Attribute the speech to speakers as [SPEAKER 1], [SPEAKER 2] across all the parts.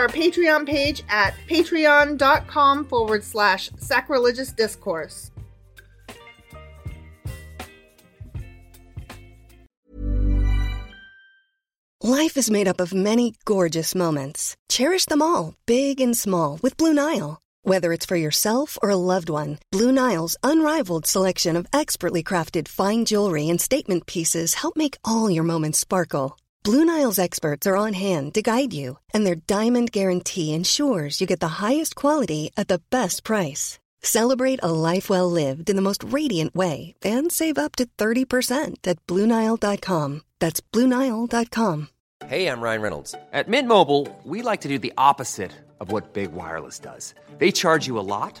[SPEAKER 1] our Patreon page at patreon.com forward slash sacrilegious discourse.
[SPEAKER 2] Life is made up of many gorgeous moments. Cherish them all, big and small, with Blue Nile. Whether it's for yourself or a loved one, Blue Nile's unrivaled selection of expertly crafted fine jewelry and statement pieces help make all your moments sparkle. Blue Nile's experts are on hand to guide you, and their diamond guarantee ensures you get the highest quality at the best price. Celebrate a life well lived in the most radiant way and save up to 30% at BlueNile.com. That's BlueNile.com.
[SPEAKER 3] Hey, I'm Ryan Reynolds. At Mint Mobile, we like to do the opposite of what Big Wireless does. They charge you a lot,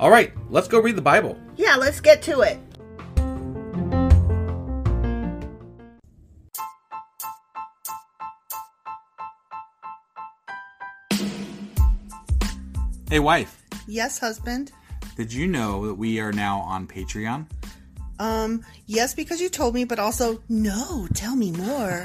[SPEAKER 4] All right, let's go read the Bible.
[SPEAKER 1] Yeah, let's get to it.
[SPEAKER 4] Hey wife,
[SPEAKER 1] Yes, husband.
[SPEAKER 4] did you know that we are now on Patreon?
[SPEAKER 1] Um, yes, because you told me, but also, no, tell me more.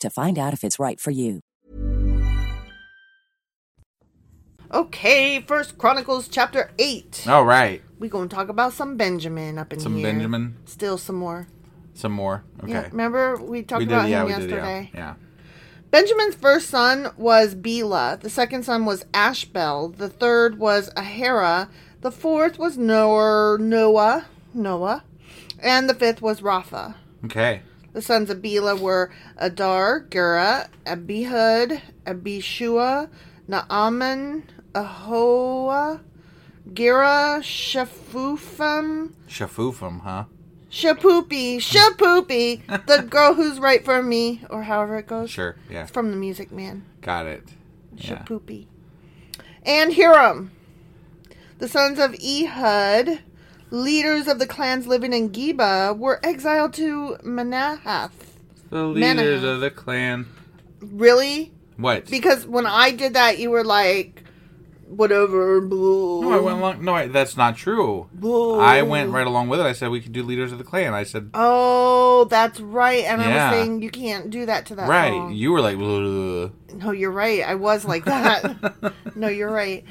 [SPEAKER 5] to find out if it's right for you.
[SPEAKER 1] Okay, First Chronicles chapter eight.
[SPEAKER 4] All right.
[SPEAKER 1] We gonna talk about some Benjamin up in
[SPEAKER 4] Some
[SPEAKER 1] here.
[SPEAKER 4] Benjamin?
[SPEAKER 1] Still some more.
[SPEAKER 4] Some more. Okay.
[SPEAKER 1] Yeah, remember we talked
[SPEAKER 4] we
[SPEAKER 1] about
[SPEAKER 4] did. Yeah,
[SPEAKER 1] him
[SPEAKER 4] we did.
[SPEAKER 1] yesterday.
[SPEAKER 4] Yeah. Yeah.
[SPEAKER 1] Benjamin's first son was Bela. The second son was Ashbel. The third was Ahara. The fourth was Noah. Noah. Noah. And the fifth was Rapha.
[SPEAKER 4] Okay.
[SPEAKER 1] The sons of Bela were Adar, Gera, Abihud, Abishua, Naaman, Ahoa, Gera, Shafufam,
[SPEAKER 4] Shafufum, huh?
[SPEAKER 1] Shapoopy, Shapoopy, the girl who's right for me, or however it goes.
[SPEAKER 4] Sure. Yeah.
[SPEAKER 1] It's from the Music Man.
[SPEAKER 4] Got it. Yeah.
[SPEAKER 1] Shapoopy. And Hiram. The sons of Ehud, leaders of the clans living in Geba, were exiled to Manahath.
[SPEAKER 4] The
[SPEAKER 1] Manahath.
[SPEAKER 4] leaders of the clan.
[SPEAKER 1] Really?
[SPEAKER 4] What?
[SPEAKER 1] Because when I did that, you were like, whatever, blah.
[SPEAKER 4] no, Oh, I went along. No, I, that's not true. I went right along with it. I said we could do leaders of the clan. I said
[SPEAKER 1] Oh, that's right. And I
[SPEAKER 4] Yeah.
[SPEAKER 1] was saying you can't do that to that
[SPEAKER 4] right.
[SPEAKER 1] song.
[SPEAKER 4] You were like, "Ugh."
[SPEAKER 1] No, you're right. I was like that. no, you're right.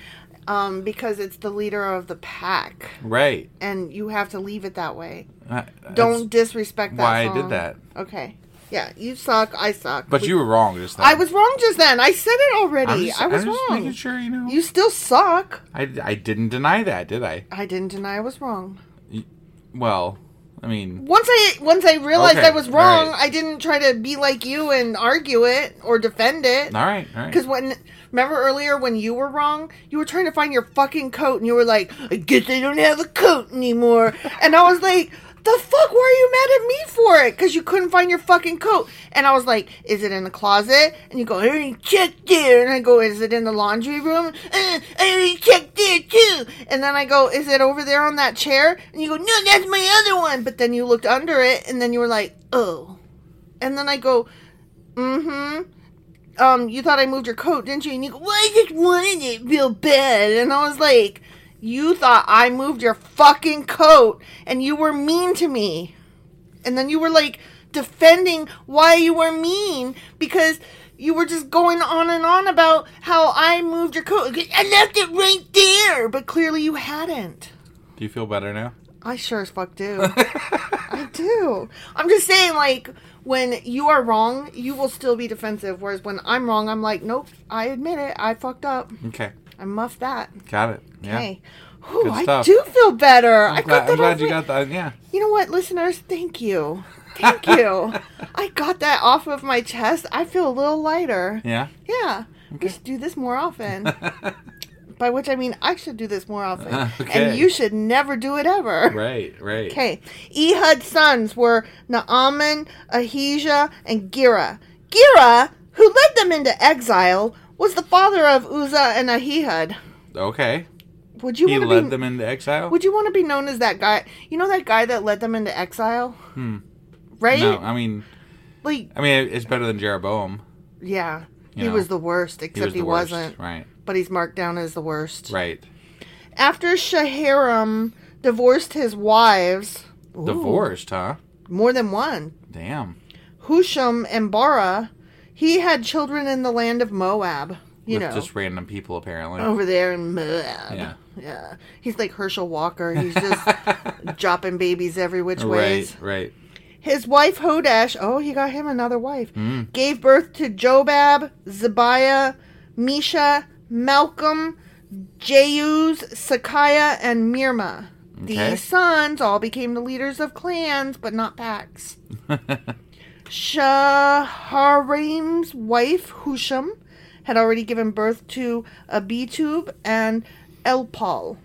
[SPEAKER 1] Um, because it's the leader of the pack,
[SPEAKER 4] right.
[SPEAKER 1] and you have to leave it that way.
[SPEAKER 4] Uh,
[SPEAKER 1] Don't disrespect that.
[SPEAKER 4] why I did
[SPEAKER 1] song.
[SPEAKER 4] that.
[SPEAKER 1] Okay. Yeah, you suck. I suck.
[SPEAKER 4] But
[SPEAKER 1] We-
[SPEAKER 4] you were wrong just then.
[SPEAKER 1] I was wrong just then. I said it
[SPEAKER 4] I'm
[SPEAKER 1] already.
[SPEAKER 4] just-
[SPEAKER 1] I was
[SPEAKER 4] I'm just
[SPEAKER 1] wrong.
[SPEAKER 4] making sure you know.
[SPEAKER 1] You still suck.
[SPEAKER 4] I, I didn't deny that, did I?
[SPEAKER 1] I didn't deny I was wrong.
[SPEAKER 4] Well, I mean,
[SPEAKER 1] Once I once I realized
[SPEAKER 4] Okay,
[SPEAKER 1] I was wrong,
[SPEAKER 4] right.
[SPEAKER 1] I didn't try to be like you and argue it or defend it.
[SPEAKER 4] all right, all right.
[SPEAKER 1] Because when remember earlier when you were wrong, you were trying to find your fucking coat, and you were like, "I guess I don't have a coat anymore," and I was like. The fuck were you mad at me for it? Because you couldn't find your fucking coat. And I was like, is it in the closet? And you go, I already checked there. And I go, is it in the laundry room? Uh, I already checked there too. And then I go, is it over there on that chair? And you go, no, that's my other one. But then you looked under it and then you were like, oh. And then I go, mm hmm um, you thought I moved your coat, didn't you? And you go, well, I just wanted it real bad. And I was like, you thought I moved your fucking coat, and you were mean to me. And then you were like defending why you were mean because you were just going on and on about how I moved your coat. I left it right there, but clearly you hadn't.
[SPEAKER 4] do you feel better now?
[SPEAKER 1] I sure as fuck do. I do. I'm just saying, like, when you are wrong, you will still be defensive. Whereas when I'm wrong, I'm like, nope, I admit it. I fucked up.
[SPEAKER 4] Okay,
[SPEAKER 1] I muffed that.
[SPEAKER 4] got it. Mm-hmm. Yeah.
[SPEAKER 1] Hey. Whew,
[SPEAKER 4] Good
[SPEAKER 1] I
[SPEAKER 4] stuff.
[SPEAKER 1] do feel better. I
[SPEAKER 4] I'm,
[SPEAKER 1] got
[SPEAKER 4] glad,
[SPEAKER 1] that
[SPEAKER 4] I'm glad
[SPEAKER 1] off
[SPEAKER 4] you
[SPEAKER 1] my-
[SPEAKER 4] got that. Yeah.
[SPEAKER 1] You know what, listeners? Thank you. Thank you. I got that off of my chest. I feel a little lighter.
[SPEAKER 4] Yeah.
[SPEAKER 1] Yeah. We should do this more often. By which I mean I should do this more often.
[SPEAKER 4] okay.
[SPEAKER 1] And you should never do it ever.
[SPEAKER 4] Right, right.
[SPEAKER 1] Okay. Ehud's sons were Naaman, Ahijah, and Gera. Gera, who led them into exile, was the father of Uzzah and Ahihud.
[SPEAKER 4] Okay.
[SPEAKER 1] Would you
[SPEAKER 4] he
[SPEAKER 1] want to
[SPEAKER 4] led
[SPEAKER 1] be
[SPEAKER 4] them into exile?
[SPEAKER 1] Would you want to be known as that guy? You know that guy that led them into exile? Hmm. Right?
[SPEAKER 4] no, I mean,
[SPEAKER 1] like
[SPEAKER 4] I mean, it's better than Jeroboam.
[SPEAKER 1] yeah. He
[SPEAKER 4] You know,
[SPEAKER 1] was the worst, except he,
[SPEAKER 4] was the worst,
[SPEAKER 1] wasn't.
[SPEAKER 4] right.
[SPEAKER 1] But he's marked down as the worst.
[SPEAKER 4] Right.
[SPEAKER 1] After Shaharam divorced his wives,
[SPEAKER 4] Divorced, huh?
[SPEAKER 1] more than one,
[SPEAKER 4] Damn.
[SPEAKER 1] Husham and Bara, he had children in the land of Moab. You
[SPEAKER 4] With
[SPEAKER 1] know, Oh,
[SPEAKER 4] just random people, apparently.
[SPEAKER 1] over there in Moab.
[SPEAKER 4] Yeah.
[SPEAKER 1] Yeah. He's like Herschel Walker. He's just dropping babies every which ways.
[SPEAKER 4] Right, right.
[SPEAKER 1] His wife Hodash, oh, he got him another wife, gave birth to Jobab, Zebiah, Misha, Malcolm, Jeuz, Sakaya, and Mirma.
[SPEAKER 4] Okay.
[SPEAKER 1] These sons all became the leaders of clans, but not packs. Shaharim's wife, Husham, had already given birth to Abitub and Elpal.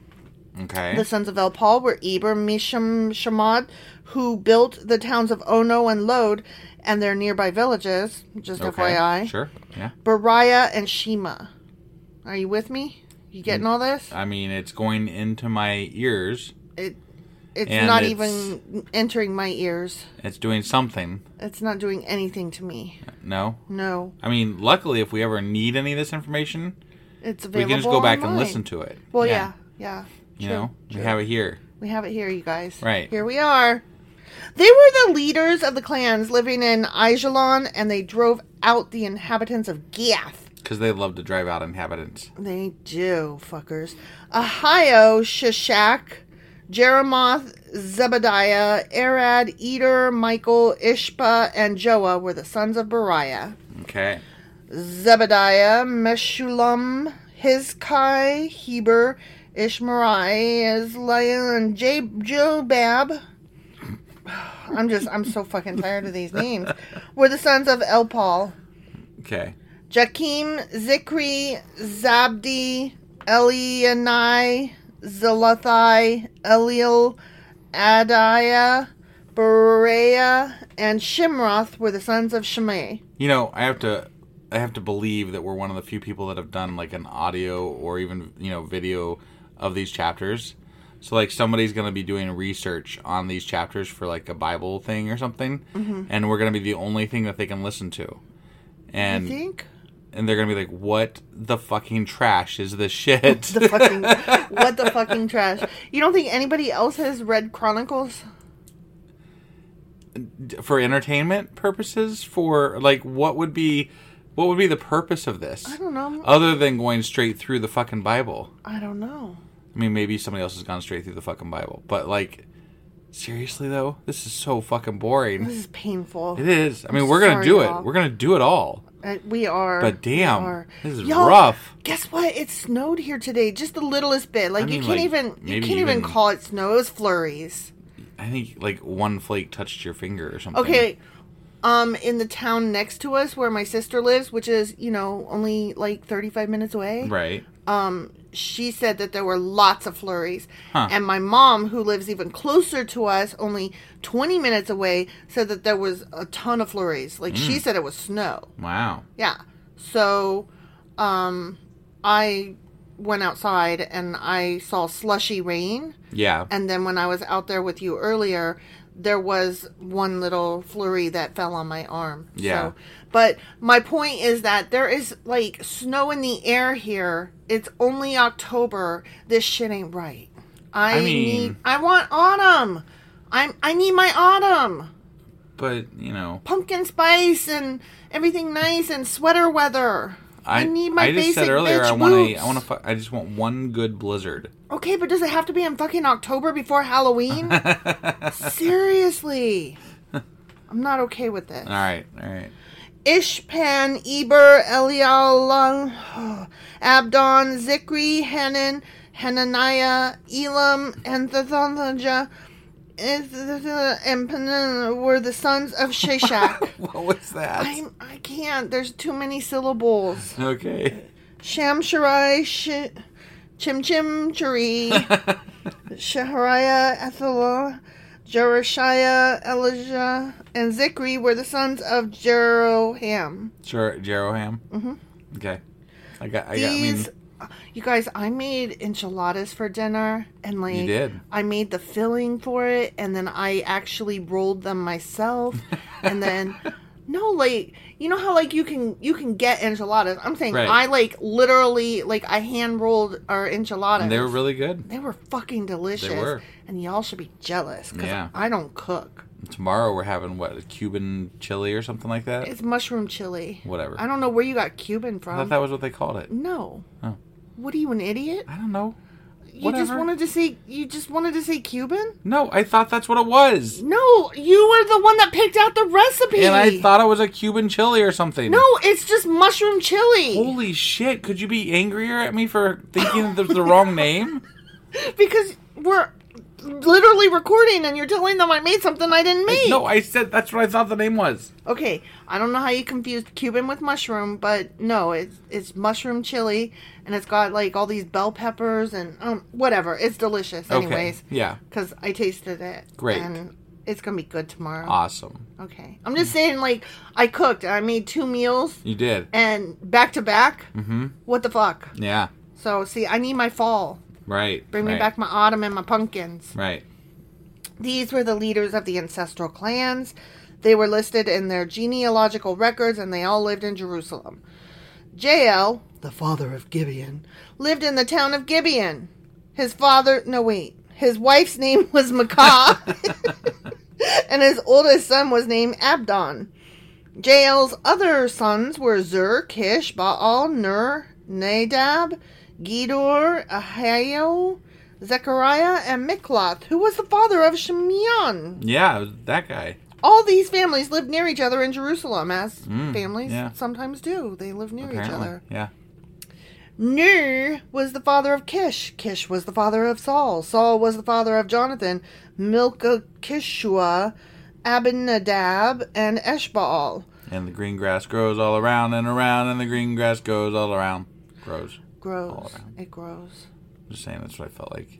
[SPEAKER 4] Okay.
[SPEAKER 1] The sons of Elpal were Eber, Misham, Shamad, who built the towns of Ono and Lod and their nearby villages, just
[SPEAKER 4] okay.
[SPEAKER 1] FYI.
[SPEAKER 4] Sure. Yeah.
[SPEAKER 1] Beriah and Shema. Are you with me?
[SPEAKER 4] Mm.
[SPEAKER 1] You getting all this?
[SPEAKER 4] I mean, it's going into my ears.
[SPEAKER 1] It, it's
[SPEAKER 4] And
[SPEAKER 1] not
[SPEAKER 4] it's-
[SPEAKER 1] even entering my ears.
[SPEAKER 4] It's doing something.
[SPEAKER 1] It's not doing anything to me.
[SPEAKER 4] No.
[SPEAKER 1] No,
[SPEAKER 4] I mean, luckily, if we ever need any of this information,
[SPEAKER 1] it's available.
[SPEAKER 4] we can just go back and
[SPEAKER 1] online.
[SPEAKER 4] listen to it.
[SPEAKER 1] Well, yeah, yeah.
[SPEAKER 4] You
[SPEAKER 1] true,
[SPEAKER 4] know,
[SPEAKER 1] true.
[SPEAKER 4] we have it here.
[SPEAKER 1] We have it here, you guys.
[SPEAKER 4] Right.
[SPEAKER 1] Here we are. They were the leaders of the clans living in Aijalon, and they drove out the inhabitants of Giath.
[SPEAKER 4] Because they love to drive out inhabitants.
[SPEAKER 1] They do, fuckers. Ahio, Shishak, Jeremoth, Zebediah, Arad, Eder, Michael, Ishpa, and Joah were the sons of Beriah.
[SPEAKER 4] Okay.
[SPEAKER 1] Zebediah, Meshulam, Hizkai, Heber, Ishmerai, Isliah, and J- Jobab. I'm just, I'm so fucking tired of these names. Were the sons of Elpal,
[SPEAKER 4] Okay.
[SPEAKER 1] Jakim, Zikri, Zabdi, Elianai, Zelathai, Eliel, Adiah, Bereah, and Shimroth were the sons of Shimei.
[SPEAKER 4] You know, I have to. I have to believe that we're one of the few people that have done like an audio or even you know video of these chapters. So like somebody's going to be doing research on these chapters for like a Bible thing or something,
[SPEAKER 1] Mm-hmm.
[SPEAKER 4] and we're going to be the only thing that they can listen to.
[SPEAKER 1] I
[SPEAKER 4] And
[SPEAKER 1] think.
[SPEAKER 4] and they're going to be like, "What the fucking trash is this shit?"
[SPEAKER 1] the fucking what the fucking trash. You don't think anybody else has read Chronicles?
[SPEAKER 4] for entertainment purposes for like what would be what would be the purpose of this i
[SPEAKER 1] don't know.
[SPEAKER 4] other than going straight through the fucking bible
[SPEAKER 1] I don't know.
[SPEAKER 4] i mean maybe somebody else has gone straight through the fucking bible but like seriously though this is so fucking boring
[SPEAKER 1] This is painful.
[SPEAKER 4] it is i mean
[SPEAKER 1] I'm
[SPEAKER 4] we're gonna
[SPEAKER 1] sorry,
[SPEAKER 4] do
[SPEAKER 1] y'all.
[SPEAKER 4] it we're gonna do it all
[SPEAKER 1] Uh, we are.
[SPEAKER 4] But damn,
[SPEAKER 1] we are.
[SPEAKER 4] this is rough.
[SPEAKER 1] Guess what? It snowed here today, just the littlest bit. Like you
[SPEAKER 4] mean,
[SPEAKER 1] can't
[SPEAKER 4] like,
[SPEAKER 1] even you
[SPEAKER 4] maybe
[SPEAKER 1] can't even
[SPEAKER 4] even-
[SPEAKER 1] call it snow. It was flurries.
[SPEAKER 4] i think like one flake touched your finger or something
[SPEAKER 1] Okay. Um, in the town next to us where my sister lives, which is you know only like thirty five minutes away.
[SPEAKER 4] right
[SPEAKER 1] she said that there were lots of flurries. And my mom, who lives even closer to us, only 20 minutes away, said that there was a ton of flurries. Like she said it was snow.
[SPEAKER 4] wow
[SPEAKER 1] Yeah. So um I went outside and I saw slushy rain.
[SPEAKER 4] yeah
[SPEAKER 1] And then when I was out there with you earlier, there was one little flurry that fell on my arm.
[SPEAKER 4] Yeah.
[SPEAKER 1] So, but my point is that there is like snow in the air here. It's only October. This shit ain't right. I,
[SPEAKER 4] I mean-
[SPEAKER 1] need. I want autumn. I'm. I need my autumn.
[SPEAKER 4] but you know
[SPEAKER 1] Pumpkin spice and everything nice and sweater weather. I, need my
[SPEAKER 4] I just
[SPEAKER 1] basic
[SPEAKER 4] said earlier I
[SPEAKER 1] bitch
[SPEAKER 4] want a,
[SPEAKER 1] boots.
[SPEAKER 4] I want to fu- I just want one good blizzard.
[SPEAKER 1] Okay, but does it have to be in fucking October before Halloween? Seriously. I'm not okay with this.
[SPEAKER 4] All right, all right.
[SPEAKER 1] Ishpan, Eber, Elial, Abdon, Zikri, Hanan, Hananiah, Elam, and Thathanjah and Penan were the sons of Sheshach.
[SPEAKER 4] What was that?
[SPEAKER 1] I'm, I can't. There's too many syllables.
[SPEAKER 4] Okay.
[SPEAKER 1] Shamsharai, sh- Chim Chim Chiri, Shahariah, Ethala, Jerushiah, Elijah, and Zikri were the sons of Jeroham.
[SPEAKER 4] Jer- Jeroham. Mm-hmm. Okay. I got. I, got, I mean,
[SPEAKER 1] These, you guys, I made enchiladas for dinner, and like
[SPEAKER 4] did.
[SPEAKER 1] I made the filling for it, and then I actually rolled them myself, and then. No, like you know how like you can you can get enchiladas. I'm saying
[SPEAKER 4] Right.
[SPEAKER 1] I like literally like I hand rolled our enchiladas.
[SPEAKER 4] and they were really good.
[SPEAKER 1] They were fucking delicious.
[SPEAKER 4] were.
[SPEAKER 1] And y'all should be jealous because
[SPEAKER 4] Yeah.
[SPEAKER 1] I don't cook.
[SPEAKER 4] Tomorrow we're having what a Cuban chili or something like that.
[SPEAKER 1] It's mushroom chili.
[SPEAKER 4] Uh, Whatever.
[SPEAKER 1] I don't know where you got
[SPEAKER 4] I
[SPEAKER 1] Cuban
[SPEAKER 4] Oh.
[SPEAKER 1] from.
[SPEAKER 4] thought that was what they called it.
[SPEAKER 1] No. What are you, an idiot?
[SPEAKER 4] I don't know.
[SPEAKER 1] You just
[SPEAKER 4] Whatever.
[SPEAKER 1] wanted to say you just wanted to say Cuban?
[SPEAKER 4] No, I thought that's what it was.
[SPEAKER 1] No, you were the one that picked out the recipe.
[SPEAKER 4] And I thought it was a Cuban chili or something.
[SPEAKER 1] No, it's just mushroom chili.
[SPEAKER 4] Holy shit, could you be angrier at me for thinking that was the wrong name?
[SPEAKER 1] Because we're literally recording and you're telling them I made something I didn't make.
[SPEAKER 4] No, I said that's what I thought the name was.
[SPEAKER 1] Okay, I don't know how you confused Cuban with mushroom, but no, it's it's mushroom chili and it's got like all these bell peppers and um whatever. It's delicious
[SPEAKER 4] Okay,
[SPEAKER 1] anyways.
[SPEAKER 4] yeah.
[SPEAKER 1] Cuz I tasted it.
[SPEAKER 4] Great.
[SPEAKER 1] And it's going to be good tomorrow.
[SPEAKER 4] Awesome.
[SPEAKER 1] Okay. I'm just saying like I cooked. I made two meals
[SPEAKER 4] You did.
[SPEAKER 1] and back to back. Mhm. What the fuck?
[SPEAKER 4] Yeah.
[SPEAKER 1] So, see, I need my fall.
[SPEAKER 4] Right.
[SPEAKER 1] Bring me
[SPEAKER 4] right,
[SPEAKER 1] back my autumn and my pumpkins.
[SPEAKER 4] Right.
[SPEAKER 1] These were the leaders of the ancestral clans. They were listed in their genealogical records and they all lived in Jerusalem. Jael, the father of Gibeon, lived in the town of Gibeon. His father, no wait, his wife's name was Makah, and his oldest son was named Abdon. Jael's other sons were Zur, Kish, Baal, Nur, Nadab, Gedor, Ahio, Zechariah, and Mikloth, who was the father of Shimeon.
[SPEAKER 4] Yeah, it was that guy.
[SPEAKER 1] All these families lived near each other in Jerusalem, as families
[SPEAKER 4] Mm, yeah.
[SPEAKER 1] sometimes do. They live near each
[SPEAKER 4] Apparently.
[SPEAKER 1] other.
[SPEAKER 4] Yeah.
[SPEAKER 1] Ner was the father of Kish. Kish was the father of Saul. Saul was the father of Jonathan, Milkishua, Abinadab, and Eshbaal.
[SPEAKER 4] And the green grass grows all around and around, and the green grass goes all around. Grows.
[SPEAKER 1] Grows.
[SPEAKER 4] All around.
[SPEAKER 1] It grows.
[SPEAKER 4] Just saying, that's what I felt like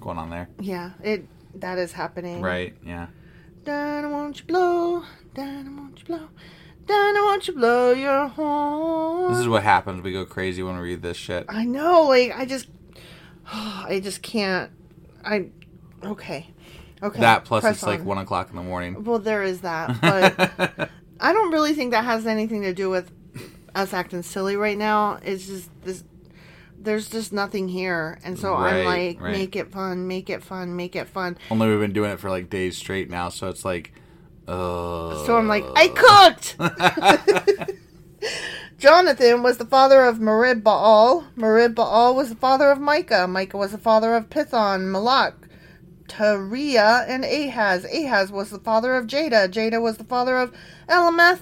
[SPEAKER 4] going on there.
[SPEAKER 1] Yeah, it that is happening.
[SPEAKER 4] Right. Yeah.
[SPEAKER 1] Dinah, won't you blow? Dinah, won't you blow? Dinah, won't you blow your horn?
[SPEAKER 4] This is what happens. We go crazy when we read this shit.
[SPEAKER 1] I know, like I just, I just can't. I, okay, okay.
[SPEAKER 4] That plus
[SPEAKER 1] press
[SPEAKER 4] it's like
[SPEAKER 1] on.
[SPEAKER 4] one o'clock in the morning.
[SPEAKER 1] Well, there is that, but I don't really think that has anything to do with us acting silly right now. It's just this. There's just nothing here, and so I'm
[SPEAKER 4] Right,
[SPEAKER 1] like,
[SPEAKER 4] right.
[SPEAKER 1] make it fun, make it fun, make it fun.
[SPEAKER 4] Only we've been doing it for like days straight now, so it's like, uh,
[SPEAKER 1] So I'm like, I cooked. Jonathan was the father of Merib Baal. Merib Baal was the father of Micah. Micah was the father of Pithon, Malak, Tariah, and Ahaz. Ahaz was the father of Jada. Jada was the father of Elameth,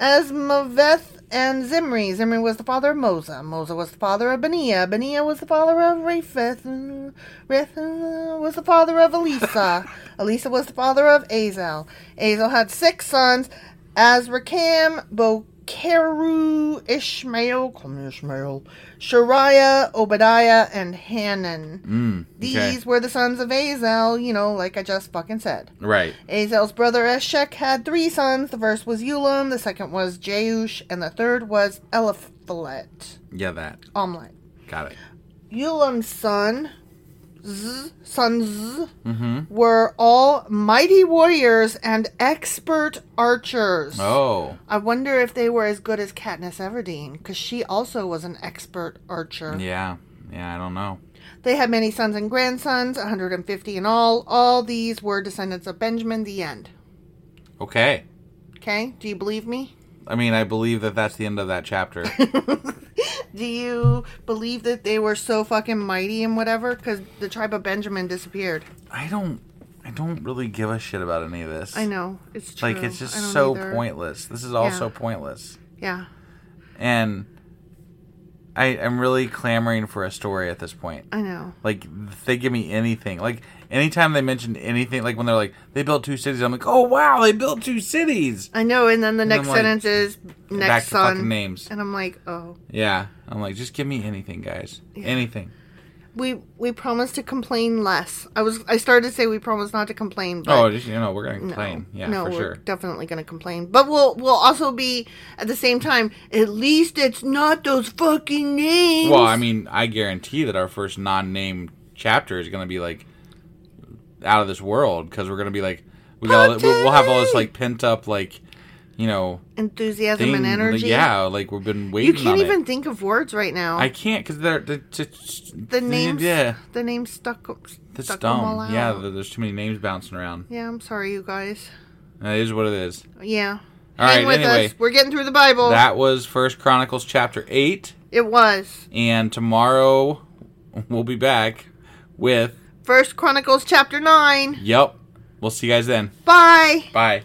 [SPEAKER 1] Asmaveth, and Zimri. Zimri was the father of Mosa. Mosa was the father of Benia. Benia was the father of Rapheth. Rapheth was the father of Elisa. Elisa was the father of Azel. Azel had six sons Azrakam, Bokeru, Ishmael, call me Ishmael, Shariah, Obadiah, and Hanan.
[SPEAKER 4] Mm, okay.
[SPEAKER 1] These were the sons of Azel, you know, like I just fucking said.
[SPEAKER 4] right,
[SPEAKER 1] Azel's brother Eshek had three sons. The first was Ulam, the second was Jeush, and the third was Eliphalet.
[SPEAKER 4] yeah, that
[SPEAKER 1] Omelet.
[SPEAKER 4] got it.
[SPEAKER 1] Ulam's son, Z, sons
[SPEAKER 4] Mm-hmm.
[SPEAKER 1] were all mighty warriors and expert archers.
[SPEAKER 4] Oh,
[SPEAKER 1] I wonder if they were as good as Katniss Everdeen, because she also was an expert archer.
[SPEAKER 4] yeah, yeah. I don't know.
[SPEAKER 1] They had many sons and grandsons, 150 in all. All these were descendants of Benjamin, the end.
[SPEAKER 4] Okay,
[SPEAKER 1] Okay? Do you believe me?
[SPEAKER 4] I mean, I believe that that's the end of that chapter.
[SPEAKER 1] Do you believe that they were so fucking mighty and whatever? Because the tribe of Benjamin disappeared.
[SPEAKER 4] I don't, I don't really give a shit about any of this.
[SPEAKER 1] I know. It's true.
[SPEAKER 4] Like, it's
[SPEAKER 1] I don't
[SPEAKER 4] just so
[SPEAKER 1] either.
[SPEAKER 4] pointless. This is all
[SPEAKER 1] Yeah.
[SPEAKER 4] so pointless,
[SPEAKER 1] Yeah.
[SPEAKER 4] and I am really clamoring for a story at this point.
[SPEAKER 1] I know.
[SPEAKER 4] Like if they give me anything. Like anytime they mention anything, like when they're like they built two cities, I'm like, oh wow, they built two cities.
[SPEAKER 1] I know. And then the next
[SPEAKER 4] I'm like,
[SPEAKER 1] sentence is next
[SPEAKER 4] back to
[SPEAKER 1] son.
[SPEAKER 4] fucking names.
[SPEAKER 1] And I'm like, oh.
[SPEAKER 4] Yeah, I'm like, just give me anything, guys. Anything.
[SPEAKER 1] We we promised to complain less. I was I started to say we promised not to complain, but
[SPEAKER 4] Oh, just you know, we're gonna complain. yeah,
[SPEAKER 1] no,
[SPEAKER 4] for
[SPEAKER 1] we're
[SPEAKER 4] sure.
[SPEAKER 1] definitely going to complain, but we'll we'll also be at the same time. At least it's not those fucking names.
[SPEAKER 4] Well, I mean, I guarantee that our first non-name chapter is gonna be like out of this world because we're gonna be like we got all the, we'll we'll have all this like pent up like you know
[SPEAKER 1] enthusiasm
[SPEAKER 4] thing.
[SPEAKER 1] and energy.
[SPEAKER 4] Yeah, like we've been
[SPEAKER 1] you
[SPEAKER 4] waiting.
[SPEAKER 1] can't
[SPEAKER 4] on
[SPEAKER 1] even
[SPEAKER 4] It.
[SPEAKER 1] think of words right now.
[SPEAKER 4] I can't because they're, they're just
[SPEAKER 1] the names
[SPEAKER 4] Yeah,
[SPEAKER 1] the names stuck
[SPEAKER 4] That's
[SPEAKER 1] stuck 'em all
[SPEAKER 4] dumb.
[SPEAKER 1] out.
[SPEAKER 4] Yeah, th- there's too many names bouncing around.
[SPEAKER 1] yeah i'm sorry you guys
[SPEAKER 4] That is what it is.
[SPEAKER 1] yeah
[SPEAKER 4] All
[SPEAKER 1] hang
[SPEAKER 4] right,
[SPEAKER 1] with
[SPEAKER 4] anyway.
[SPEAKER 1] us we're getting through the bible
[SPEAKER 4] That was First Chronicles chapter eight,
[SPEAKER 1] it was
[SPEAKER 4] and tomorrow we'll be back with
[SPEAKER 1] First Chronicles chapter 9.
[SPEAKER 4] Yep. We'll see you guys then.
[SPEAKER 1] Bye.
[SPEAKER 4] Bye.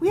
[SPEAKER 1] We